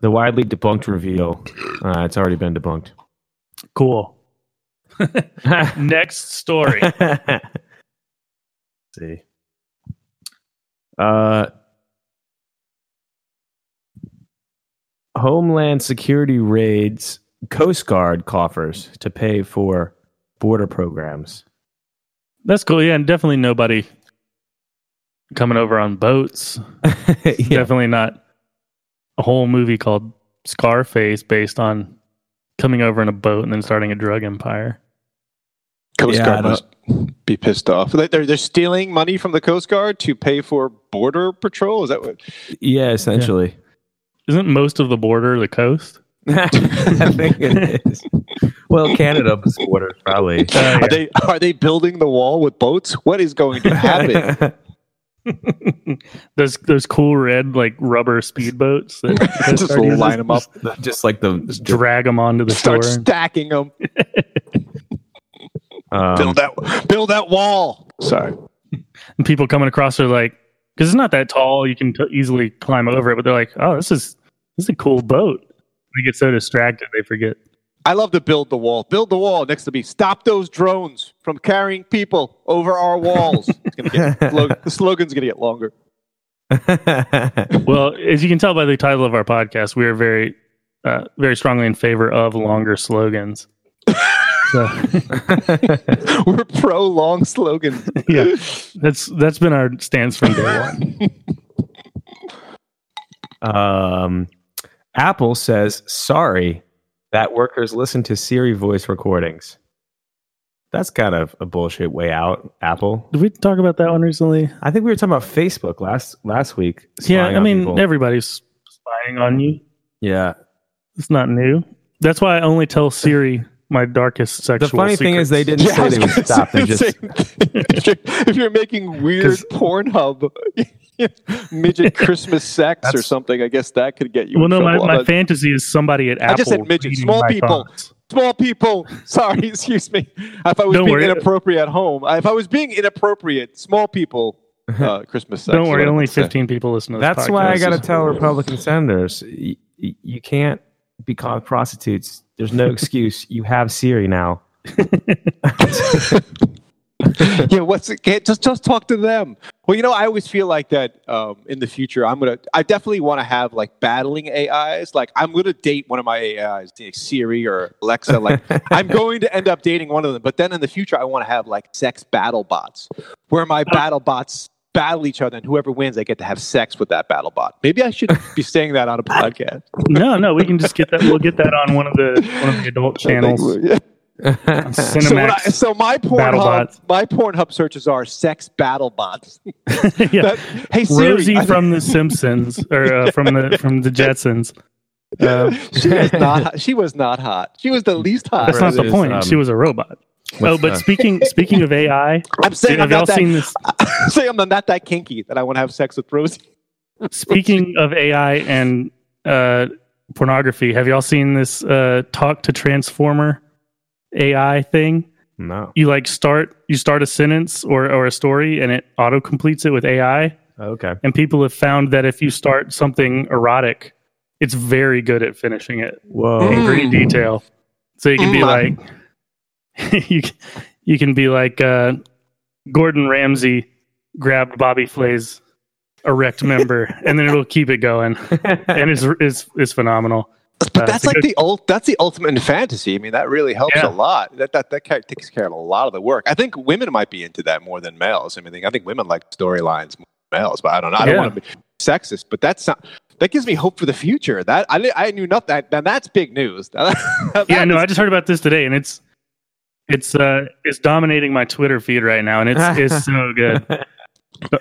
[SPEAKER 2] the widely debunked reveal? Uh, it's already been debunked.
[SPEAKER 1] Cool. Next story.
[SPEAKER 2] see. Uh, Homeland Security raids Coast Guard coffers to pay for border programs.
[SPEAKER 1] That's cool. Yeah, and definitely nobody coming over on boats. Definitely not a whole movie called Scarface based on coming over in a boat and then starting a drug empire.
[SPEAKER 3] Coast
[SPEAKER 2] Yeah, I
[SPEAKER 3] Guard
[SPEAKER 2] don't-
[SPEAKER 3] must be pissed off. They- They're, they're stealing money from the Coast Guard to pay for border patrol. Is that what?
[SPEAKER 2] yeah, essentially.
[SPEAKER 1] Isn't most of the border the coast?
[SPEAKER 2] I think it is. Well, Canada is border probably.
[SPEAKER 1] Uh,
[SPEAKER 3] Are they are they building the wall with boats? What is going to happen?
[SPEAKER 1] those those cool red like rubber speedboats that
[SPEAKER 3] Just line them up,
[SPEAKER 2] Just
[SPEAKER 1] Just
[SPEAKER 2] like the
[SPEAKER 1] drag them onto the shore.
[SPEAKER 3] start stacking them,
[SPEAKER 2] um,
[SPEAKER 3] build that build that wall. Sorry.
[SPEAKER 1] And people coming across are like, because it's not that tall, you can t- easily climb over it. But they're like, oh, this is this is a cool boat. They get so distracted they forget.
[SPEAKER 3] I love to build the wall. Build the wall next to me. Stop those drones from carrying people over our walls. it's gonna get the slogan's gonna get longer.
[SPEAKER 1] Well, as you can tell by the title of our podcast, we are very, uh, very strongly in favor of longer slogans. so,
[SPEAKER 3] We're pro long slogan.
[SPEAKER 1] yeah, that's that's been our stance from day one.
[SPEAKER 2] um, Apple says sorry that workers listen to Siri voice recordings. That's kind of a bullshit way out, Apple.
[SPEAKER 1] Did we talk about that one recently?
[SPEAKER 2] I think we were talking about Facebook last last week.
[SPEAKER 1] Yeah, I
[SPEAKER 2] spying on
[SPEAKER 1] mean
[SPEAKER 2] people.
[SPEAKER 1] everybody's spying on you.
[SPEAKER 2] yeah.
[SPEAKER 1] It's not new. That's why I only tell Siri my darkest
[SPEAKER 2] The
[SPEAKER 1] sexual.
[SPEAKER 2] funny thing is they
[SPEAKER 1] secrets.
[SPEAKER 2] didn't
[SPEAKER 3] I
[SPEAKER 2] say they
[SPEAKER 3] was
[SPEAKER 2] would
[SPEAKER 3] gonna
[SPEAKER 2] stop.
[SPEAKER 3] say
[SPEAKER 2] They
[SPEAKER 3] the
[SPEAKER 2] just
[SPEAKER 3] same thing. if, you're, if you're making weird
[SPEAKER 2] 'Cause-
[SPEAKER 3] Pornhub midget Christmas sex or
[SPEAKER 2] That's-
[SPEAKER 3] something, I guess that could get you.
[SPEAKER 1] Well,
[SPEAKER 3] in
[SPEAKER 1] no, my,
[SPEAKER 3] trouble.
[SPEAKER 1] my
[SPEAKER 3] But
[SPEAKER 1] fantasy is somebody at Apple.
[SPEAKER 3] I just said midget,
[SPEAKER 1] reading
[SPEAKER 3] small
[SPEAKER 1] my
[SPEAKER 3] people.
[SPEAKER 1] thoughts.
[SPEAKER 3] small people. Sorry, excuse me. If I was
[SPEAKER 1] Don't
[SPEAKER 3] being
[SPEAKER 1] worry.
[SPEAKER 3] inappropriate at home, if I was being inappropriate, small people. Uh, Christmas sex.
[SPEAKER 1] Don't
[SPEAKER 3] is
[SPEAKER 1] worry,
[SPEAKER 3] what I
[SPEAKER 1] only
[SPEAKER 3] would say.
[SPEAKER 1] 15 people listen to this
[SPEAKER 2] That's why I
[SPEAKER 1] podcast.
[SPEAKER 2] got to
[SPEAKER 3] is-
[SPEAKER 2] tell Republican senators y- y- you can't be called prostitutes. There's no excuse. You have Siri now.
[SPEAKER 3] yeah, what's it? Can't, just just talk to them. Well, you know, I always feel like that um, in the future. I'm gonna. I definitely want to have like battling AIs. Like I'm gonna date one of my AIs, like Siri or Alexa. Like I'm going to end up dating one of them. But then in the future, I want to have like sex battle bots, where my battle bots battle each other, and whoever wins, I get to have sex with that battle bot. Maybe I should be saying that on a podcast.
[SPEAKER 1] No, no, we can just get that. We'll get that on one of the one of the adult channels.
[SPEAKER 3] Yeah. So, what I,
[SPEAKER 1] Cinemax.
[SPEAKER 3] so my
[SPEAKER 1] Battle
[SPEAKER 3] Pornhub,
[SPEAKER 1] bots.
[SPEAKER 3] my Pornhub searches are sex battle bots.
[SPEAKER 1] yeah.
[SPEAKER 3] That- hey Siri,
[SPEAKER 1] Rosie
[SPEAKER 3] I-
[SPEAKER 1] from the Simpsons or uh, from the from the Jetsons. Uh,
[SPEAKER 3] she was not. hot. She was not hot. She was the least hot.
[SPEAKER 1] that's not the
[SPEAKER 2] Rosie's,
[SPEAKER 1] point.
[SPEAKER 2] um, uh,
[SPEAKER 1] she was a robot. Oh, but
[SPEAKER 2] that?
[SPEAKER 1] speaking speaking of AI,
[SPEAKER 3] I'm saying I'm
[SPEAKER 1] have y'all
[SPEAKER 3] not that.
[SPEAKER 1] seen this?
[SPEAKER 3] I'm saying I'm not that kinky that I want to have sex with Rosie.
[SPEAKER 1] Speaking of AI and uh, pornography, have y'all seen this uh, talk to transformer AI thing?
[SPEAKER 2] no.
[SPEAKER 1] You like start you start a sentence or or a story, and it auto completes it with AI.
[SPEAKER 2] Okay.
[SPEAKER 1] and people have found that if you start something erotic, it's very good at finishing it in
[SPEAKER 2] Whoa.
[SPEAKER 1] great detail. So you can be
[SPEAKER 3] Mm.
[SPEAKER 1] like, you can- you can be like uh, Gordon Ramsay grabbed Bobby Flay's erect member, and then it'll keep it going, and it's it's it's phenomenal.
[SPEAKER 3] But
[SPEAKER 1] Uh,
[SPEAKER 3] that's
[SPEAKER 1] it's a
[SPEAKER 3] like
[SPEAKER 1] good-
[SPEAKER 3] the ult. That's the ultimate in fantasy. I mean, that really helps
[SPEAKER 1] Yeah.
[SPEAKER 3] a lot. That that that ca- takes care of a lot of the work. I think women might be into that more than males. I mean, I think women like storylines more than males. But I don't know. I don't
[SPEAKER 1] Yeah.
[SPEAKER 3] want to be sexist. But that's not. That gives me hope for the future. That I, di- I knew nothing. That, now that's big news.
[SPEAKER 1] yeah, no, I just heard about this today, and it's it's uh it's dominating my Twitter feed right now, and it's it's so good.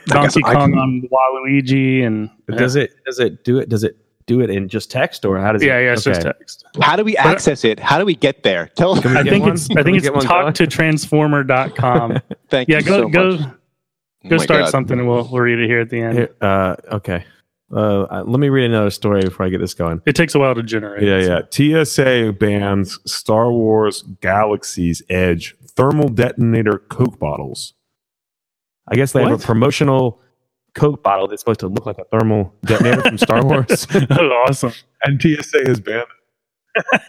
[SPEAKER 1] Donkey
[SPEAKER 3] I
[SPEAKER 1] Kong
[SPEAKER 3] can-
[SPEAKER 1] on Waluigi, and
[SPEAKER 2] Does it does it do it does it do it in just text or how does
[SPEAKER 1] uh, yeah,
[SPEAKER 2] it
[SPEAKER 1] yeah, it's just
[SPEAKER 2] okay.
[SPEAKER 1] text.
[SPEAKER 3] How do we access it? How do we get there? Tell.
[SPEAKER 1] I
[SPEAKER 2] get
[SPEAKER 1] think
[SPEAKER 2] one?
[SPEAKER 1] it's
[SPEAKER 2] Can
[SPEAKER 1] I
[SPEAKER 2] we
[SPEAKER 1] think it's
[SPEAKER 2] get one going?
[SPEAKER 1] talk to transformer.com.
[SPEAKER 3] Thank
[SPEAKER 1] yeah,
[SPEAKER 3] you
[SPEAKER 1] go
[SPEAKER 3] so
[SPEAKER 1] go
[SPEAKER 3] much. Oh
[SPEAKER 1] go
[SPEAKER 3] my
[SPEAKER 1] start
[SPEAKER 3] God.
[SPEAKER 1] something and we'll we'll read it here at the end.
[SPEAKER 2] Here, uh, okay. Uh, uh, let me read another story before I get this going.
[SPEAKER 1] It takes a while to generate.
[SPEAKER 4] Yeah, yeah. TSA bans Star Wars Galaxy's Edge thermal detonator Coke bottles.
[SPEAKER 2] I guess they have
[SPEAKER 1] What?
[SPEAKER 2] a promotional Coke bottle that's supposed to look like a thermal detonator from Star Wars.
[SPEAKER 1] Oh, awesome.
[SPEAKER 4] And TSA has banned
[SPEAKER 1] This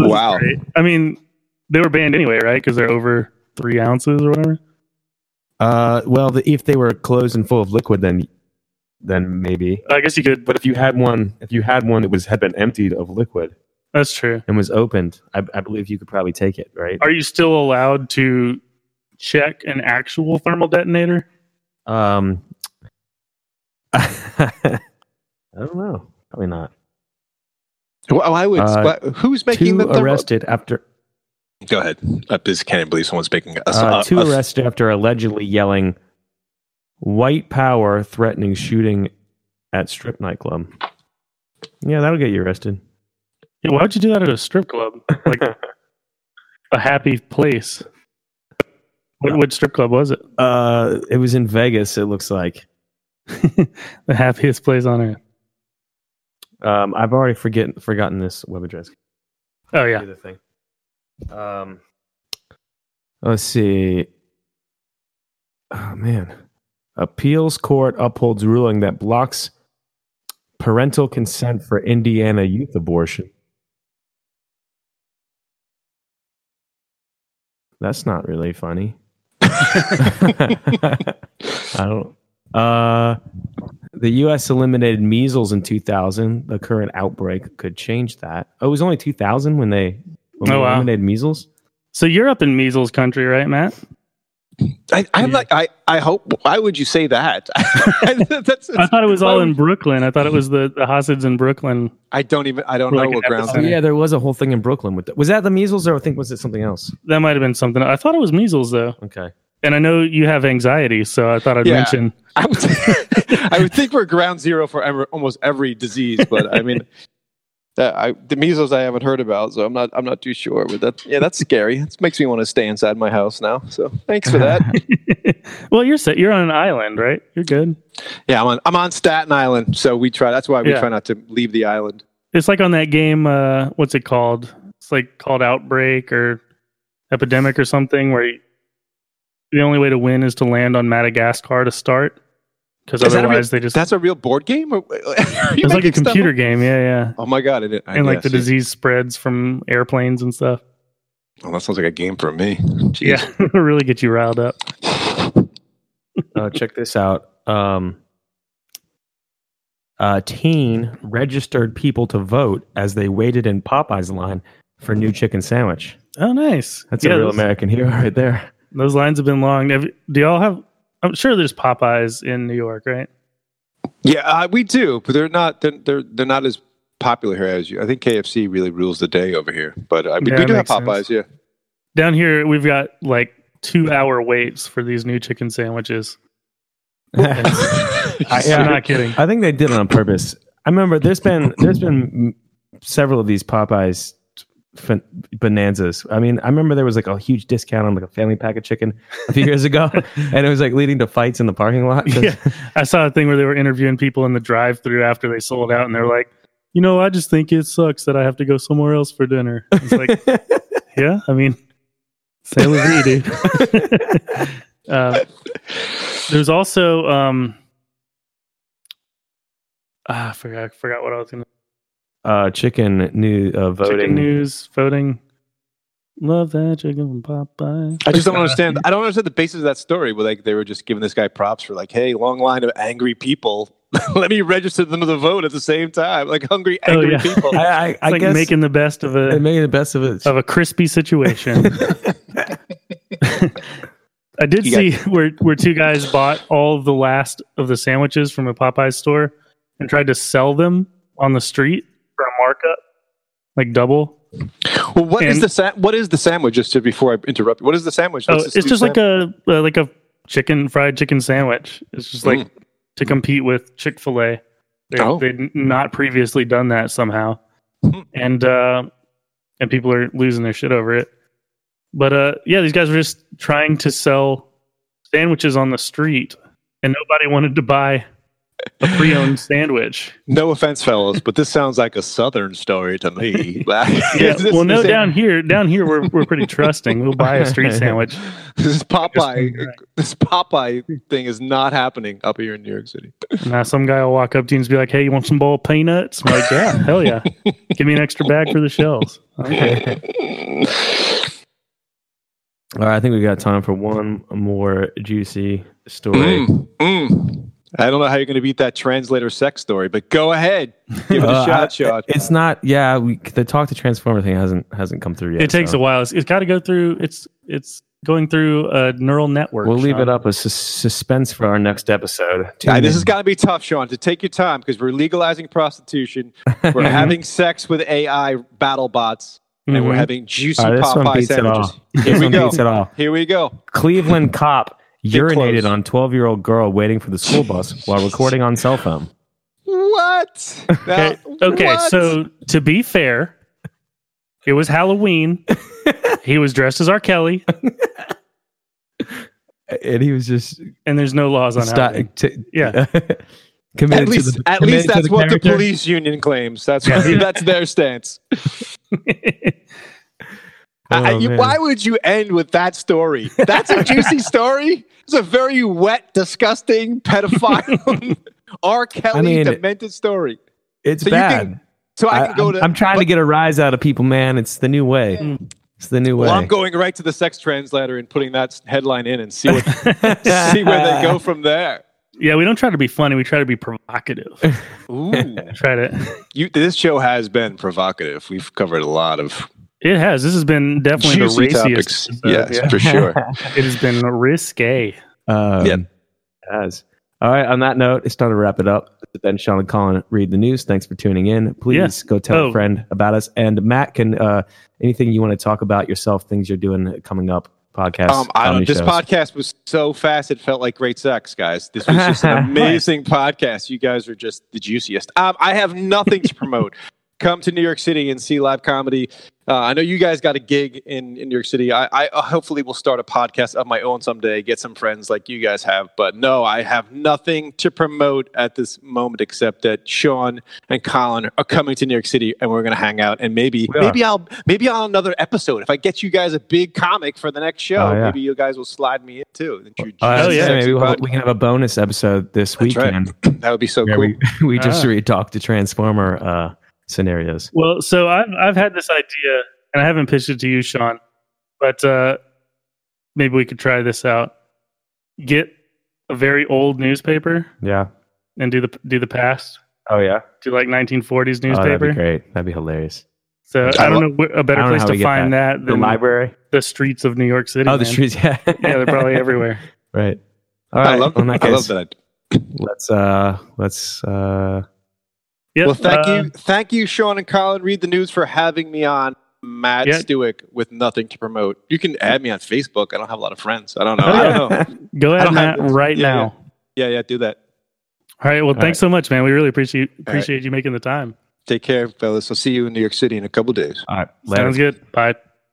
[SPEAKER 1] is
[SPEAKER 3] Wow.
[SPEAKER 1] great. I mean, they were banned anyway, right? Because they're over three ounces or whatever.
[SPEAKER 2] Uh, well, the, if they were closed and full of liquid, then then maybe.
[SPEAKER 1] I guess you could.
[SPEAKER 2] But if you had one, if you had one that was had been emptied of liquid
[SPEAKER 1] That's true.
[SPEAKER 2] and was opened, I, I believe you could probably take it, right?
[SPEAKER 1] Are you still allowed to check an actual thermal detonator?
[SPEAKER 2] Um, I don't know. Probably not.
[SPEAKER 3] Well, I would.
[SPEAKER 2] Uh,
[SPEAKER 3] but who's
[SPEAKER 2] two
[SPEAKER 3] making the thermo-
[SPEAKER 2] arrested after
[SPEAKER 3] Go ahead. I just can't believe someone's making a,
[SPEAKER 2] uh,
[SPEAKER 3] a-
[SPEAKER 2] two
[SPEAKER 3] a-
[SPEAKER 2] arrested after allegedly yelling "white power" threatening shooting at strip nightclub. Yeah, that'll get you arrested.
[SPEAKER 1] Yeah, why would you do that at a strip club? Like a happy place. What, what strip club was it?
[SPEAKER 2] Uh, it was in Vegas. It looks like.
[SPEAKER 1] the happiest place on earth.
[SPEAKER 2] Um, I've already forget, forgotten this web address.
[SPEAKER 1] Oh yeah.
[SPEAKER 2] Do the thing. Um, let's see. Oh man, appeals court upholds ruling that blocks parental consent for Indiana youth abortion. That's not really funny. I don't. Uh, the U.S. eliminated measles in 2000. The current outbreak could change that. Oh, it was only 2000 when they when
[SPEAKER 1] Oh,
[SPEAKER 2] we
[SPEAKER 1] wow.
[SPEAKER 2] eliminated measles.
[SPEAKER 1] So you're up in measles country, right, Matt?
[SPEAKER 3] I, I'm like, I, I hope. Why would you say that? That's,
[SPEAKER 1] I thought it was all
[SPEAKER 3] why
[SPEAKER 1] in Brooklyn. I thought it was the, the Hasids in Brooklyn.
[SPEAKER 3] I don't even. I don't
[SPEAKER 1] Like
[SPEAKER 3] know
[SPEAKER 1] an
[SPEAKER 3] what ground.
[SPEAKER 1] epicenter.
[SPEAKER 2] Oh, yeah, there was a whole thing in Brooklyn with. was that the measles or I think was it something else?
[SPEAKER 1] That might have been something. I thought it was measles though.
[SPEAKER 2] Okay.
[SPEAKER 1] And I know you have anxiety, so I thought I'd
[SPEAKER 3] Yeah.
[SPEAKER 1] mention.
[SPEAKER 3] I would, I would think we're ground zero for ever, almost every disease, but I mean, that, I, the measles I haven't heard about, so I'm not. I'm not too sure. But that, yeah, that's scary. It makes me want to stay inside my house now. So thanks for that.
[SPEAKER 1] well, you're set. You're on an island, right? You're good.
[SPEAKER 3] yeah, I'm on. I'm on Staten Island, so we try. That's why we
[SPEAKER 1] Yeah.
[SPEAKER 3] try not to leave the island.
[SPEAKER 1] It's like on that game. Uh, what's it called? It's like called Outbreak or Epidemic or something, where you, the only way to win is to land on Madagascar to start. Because
[SPEAKER 3] Is that a real-
[SPEAKER 1] otherwise, they just
[SPEAKER 3] That's a real board game. Or,
[SPEAKER 1] it's like a computer game. Yeah, yeah.
[SPEAKER 3] Oh my god! It, I
[SPEAKER 1] And like the
[SPEAKER 3] guess.
[SPEAKER 1] disease spreads from airplanes and stuff.
[SPEAKER 3] Oh, that sounds like a game for me. Jeez.
[SPEAKER 1] Yeah, really get you riled up.
[SPEAKER 2] uh, check this out. Um, a teen registered people to vote as they waited in Popeye's line for new chicken sandwich.
[SPEAKER 1] Oh, nice.
[SPEAKER 2] That's
[SPEAKER 1] Yeah,
[SPEAKER 2] a real
[SPEAKER 1] those-
[SPEAKER 2] American hero right there.
[SPEAKER 1] Those lines have been long. Have, do y'all have? I'm sure there's Popeyes in New York, right?
[SPEAKER 3] Yeah, uh, we do, but they're not they're, they're they're not as popular here as you. I think KFC really rules the day over here, but uh, we,
[SPEAKER 1] Yeah,
[SPEAKER 3] we do have
[SPEAKER 1] makes sense.
[SPEAKER 3] Popeyes. Yeah,
[SPEAKER 1] Down here, we've got like two hour waits for these new chicken sandwiches.
[SPEAKER 2] I-
[SPEAKER 1] I'm
[SPEAKER 2] yeah.
[SPEAKER 1] not kidding.
[SPEAKER 2] I think they did it on purpose. I remember there's been there's been mm, several of these Popeyes fin- bonanzas. I mean, I remember there was like a huge discount on like a family pack of chicken a few years ago, and it was like leading to fights in the parking lot. 'cause-
[SPEAKER 1] Yeah, I saw a thing where they were interviewing people in the drive through after they sold out, and they're like, "You know, I just think it sucks that I have to go somewhere else for dinner." It's like, yeah, I mean, say with me, dude. uh, there's also, um, ah, I forgot, I forgot what I was going to.
[SPEAKER 2] uh, chicken new uh, voting.
[SPEAKER 1] Chicken news voting. Love that chicken from Popeye.
[SPEAKER 3] I just don't understand. I don't understand the basis of that story. But like, they were just giving this guy props for like, hey, long line of angry people. Let me register them to the vote at the same time, like hungry,
[SPEAKER 1] Oh,
[SPEAKER 3] angry
[SPEAKER 1] yeah.
[SPEAKER 3] people.
[SPEAKER 2] I, I,
[SPEAKER 1] It's
[SPEAKER 2] I
[SPEAKER 1] like
[SPEAKER 2] guess
[SPEAKER 1] making the Oh. best of
[SPEAKER 2] They
[SPEAKER 1] a
[SPEAKER 2] made the best of it.
[SPEAKER 1] of a crispy situation. I did
[SPEAKER 3] You
[SPEAKER 1] see where where two guys bought all of the last of the sandwiches from a Popeye store and tried to sell them on the street for a markup, like double.
[SPEAKER 3] Well, what is
[SPEAKER 1] And-
[SPEAKER 3] the sa- what is the sandwich? Just to, before I interrupt, you, what is the sandwich?
[SPEAKER 1] Oh, it's just like a uh, like a chicken fried chicken sandwich. It's just like to compete with Chick Fil A. They,
[SPEAKER 3] Mm. Oh.
[SPEAKER 1] They'd not previously done that somehow,
[SPEAKER 3] Hmm.
[SPEAKER 1] and uh, and people are losing their shit over it. But uh, yeah, these guys were just trying to sell sandwiches on the street, and nobody wanted to buy a pre-owned sandwich.
[SPEAKER 3] no offense, fellas, but this sounds like a southern story to me.
[SPEAKER 1] Yeah,
[SPEAKER 3] This-
[SPEAKER 1] well, no,
[SPEAKER 3] this-
[SPEAKER 1] down here, down here, we're we're pretty trusting. We'll buy a street sandwich.
[SPEAKER 3] This is Popeye.
[SPEAKER 1] Interesting.
[SPEAKER 3] This Popeye thing is not happening up here in New York City.
[SPEAKER 1] Now uh, some guy will walk up to you and just be like, "Hey, you want some bowl of peanuts?" I'm like, "Yeah, hell yeah! Give me an extra bag for the shells." Okay.
[SPEAKER 2] All right, I think we got time for one more juicy story.
[SPEAKER 3] Mm, mm. I don't know how you're going to beat that translator sex story, but go ahead, give it a
[SPEAKER 2] Uh,
[SPEAKER 3] shot,
[SPEAKER 2] I-
[SPEAKER 3] shot.
[SPEAKER 2] It's not. Yeah, we, the talk to transformer thing hasn't hasn't come through yet.
[SPEAKER 1] it takes a while. It's, it's got to go through. It's it's going through a neural network.
[SPEAKER 2] We'll leave
[SPEAKER 1] Sean.
[SPEAKER 2] it up as sus- suspense for our next episode.
[SPEAKER 3] Yeah,
[SPEAKER 2] Tune
[SPEAKER 3] this
[SPEAKER 2] in.
[SPEAKER 3] is got to be tough, Sean. To take your time because we're legalizing prostitution, we're having sex with AI battle bots, and we're
[SPEAKER 1] Mhm.
[SPEAKER 3] having
[SPEAKER 2] Mm-hmm.
[SPEAKER 3] juicy
[SPEAKER 2] All right, this one
[SPEAKER 3] Popeye
[SPEAKER 2] beats it
[SPEAKER 3] sandwiches.
[SPEAKER 2] all.
[SPEAKER 3] Here
[SPEAKER 2] This
[SPEAKER 3] we
[SPEAKER 2] one
[SPEAKER 3] go.
[SPEAKER 2] beats it all.
[SPEAKER 3] Here we go.
[SPEAKER 2] Cleveland cop
[SPEAKER 3] close.
[SPEAKER 2] urinated on 12 year old girl waiting for the school bus while recording on cell phone.
[SPEAKER 3] What? Now-
[SPEAKER 1] Okay, okay
[SPEAKER 3] what?
[SPEAKER 1] so to be fair, it was Halloween. he was dressed as R. Kelly,
[SPEAKER 2] And he was just
[SPEAKER 1] and there's no laws on Halloween. Yeah.
[SPEAKER 2] committed
[SPEAKER 3] at least,
[SPEAKER 2] to the,
[SPEAKER 3] at least that's what the police union claims. That's what, that's their stance. I,
[SPEAKER 2] Oh,
[SPEAKER 3] you,
[SPEAKER 2] man.
[SPEAKER 3] why would you end with that story? That's a juicy story. It's a very wet, disgusting, pedophile, R. Kelly,
[SPEAKER 2] mean-
[SPEAKER 3] demented story.
[SPEAKER 2] It's
[SPEAKER 3] So you
[SPEAKER 2] bad.
[SPEAKER 3] can- So I, can go
[SPEAKER 2] am
[SPEAKER 3] to. Mm.
[SPEAKER 2] trying to get a rise out of people, man. It's the new way. It's the new way.
[SPEAKER 3] Well, I'm going right to the sex translator and putting that s- headline in and see what, see where they go from there.
[SPEAKER 1] Yeah, we don't try to be funny. We try to be provocative.
[SPEAKER 3] Ooh,
[SPEAKER 1] try to.
[SPEAKER 3] you, this show has been provocative. We've covered a lot of
[SPEAKER 1] It has. This has been definitely
[SPEAKER 3] juicy
[SPEAKER 1] the raciest.
[SPEAKER 2] uh,
[SPEAKER 3] topics.
[SPEAKER 1] episode.
[SPEAKER 3] Yes, for sure.
[SPEAKER 1] Yeah. It has been risque.
[SPEAKER 2] Um,
[SPEAKER 3] Yeah.
[SPEAKER 2] As. All right. On that note, it's time to wrap it up. This has been Sean and Colin. Read the news. Thanks for tuning in. Please
[SPEAKER 1] Yeah.
[SPEAKER 2] go tell
[SPEAKER 1] Oh.
[SPEAKER 2] a friend about us. And Matt, can uh, anything you want to talk about yourself, things you're doing coming up, podcasts?
[SPEAKER 3] Um, I don't,
[SPEAKER 2] comedy
[SPEAKER 3] this
[SPEAKER 2] shows?
[SPEAKER 3] podcast was so fast, it felt like great sex, guys. This was just an amazing podcast. You guys are just the juiciest. Um, I have nothing to promote. Come to New York City and see live comedy. Uh, I know you guys got a gig in, in New York City. I, I uh, hopefully will start a podcast of my own someday, get some friends like you guys have. But no, I have nothing to promote at this moment except that Sean and Colin are coming to New York City and we're going to hang out. And maybe,
[SPEAKER 2] are.
[SPEAKER 3] maybe I'll, maybe on another episode, if I get you guys a big comic for the next show,
[SPEAKER 2] Oh, yeah.
[SPEAKER 3] maybe you guys will slide me in too. The True
[SPEAKER 2] Uh,
[SPEAKER 1] Oh,
[SPEAKER 3] Juicy
[SPEAKER 1] yeah.
[SPEAKER 2] so
[SPEAKER 3] Sexy
[SPEAKER 2] Maybe we'll have-
[SPEAKER 3] Pod-
[SPEAKER 2] we can have a bonus episode this
[SPEAKER 3] That's right.
[SPEAKER 2] weekend.
[SPEAKER 3] that would be so
[SPEAKER 2] where
[SPEAKER 3] cool.
[SPEAKER 2] we, we just
[SPEAKER 1] Ah.
[SPEAKER 2] re-talk to Transformer uh, scenarios.
[SPEAKER 1] Well, so I've I've had this idea, and I haven't pitched it to you, Sean, but uh, maybe we could try this out. Get a very old newspaper
[SPEAKER 2] Yeah.
[SPEAKER 1] and do the do the past,
[SPEAKER 2] Oh, yeah.
[SPEAKER 1] do like 1940s
[SPEAKER 2] Oh, that'd be
[SPEAKER 1] newspaper.
[SPEAKER 2] great. That'd be hilarious.
[SPEAKER 1] so
[SPEAKER 3] I
[SPEAKER 1] I don't know where, a
[SPEAKER 2] I
[SPEAKER 1] better
[SPEAKER 2] don't know
[SPEAKER 1] place
[SPEAKER 2] how we
[SPEAKER 1] to
[SPEAKER 2] get
[SPEAKER 1] find that,
[SPEAKER 2] The
[SPEAKER 1] than
[SPEAKER 2] library.
[SPEAKER 1] the streets of New York City.
[SPEAKER 2] Oh, the
[SPEAKER 1] man.
[SPEAKER 2] streets. Yeah.
[SPEAKER 1] Yeah, they're probably everywhere.
[SPEAKER 2] Right. All right.
[SPEAKER 3] I love
[SPEAKER 2] Well,
[SPEAKER 3] that.
[SPEAKER 2] in that
[SPEAKER 3] I love
[SPEAKER 2] case,
[SPEAKER 3] that.
[SPEAKER 2] Let's uh let's uh
[SPEAKER 1] Yep,
[SPEAKER 3] Well, thank
[SPEAKER 1] uh,
[SPEAKER 3] you, thank you, Sean and Colin. Read the news for having me on. Matt
[SPEAKER 1] Yeah.
[SPEAKER 3] Stewick with nothing to promote. You can add me on Facebook. I don't have a lot of friends. I don't know.
[SPEAKER 1] Oh,
[SPEAKER 3] I don't know.
[SPEAKER 1] Go
[SPEAKER 3] I
[SPEAKER 1] ahead,
[SPEAKER 3] don't
[SPEAKER 1] Matt,
[SPEAKER 3] have this.
[SPEAKER 1] right
[SPEAKER 3] Yeah,
[SPEAKER 1] now.
[SPEAKER 3] Yeah, yeah, do that.
[SPEAKER 1] All right. Well,
[SPEAKER 2] All
[SPEAKER 1] thanks so much, man. We really appreciate
[SPEAKER 3] right.
[SPEAKER 1] appreciate you making the time.
[SPEAKER 3] Take care, fellas. I'll see you in New York City in a couple days.
[SPEAKER 2] all right,
[SPEAKER 1] Sounds good. Bye.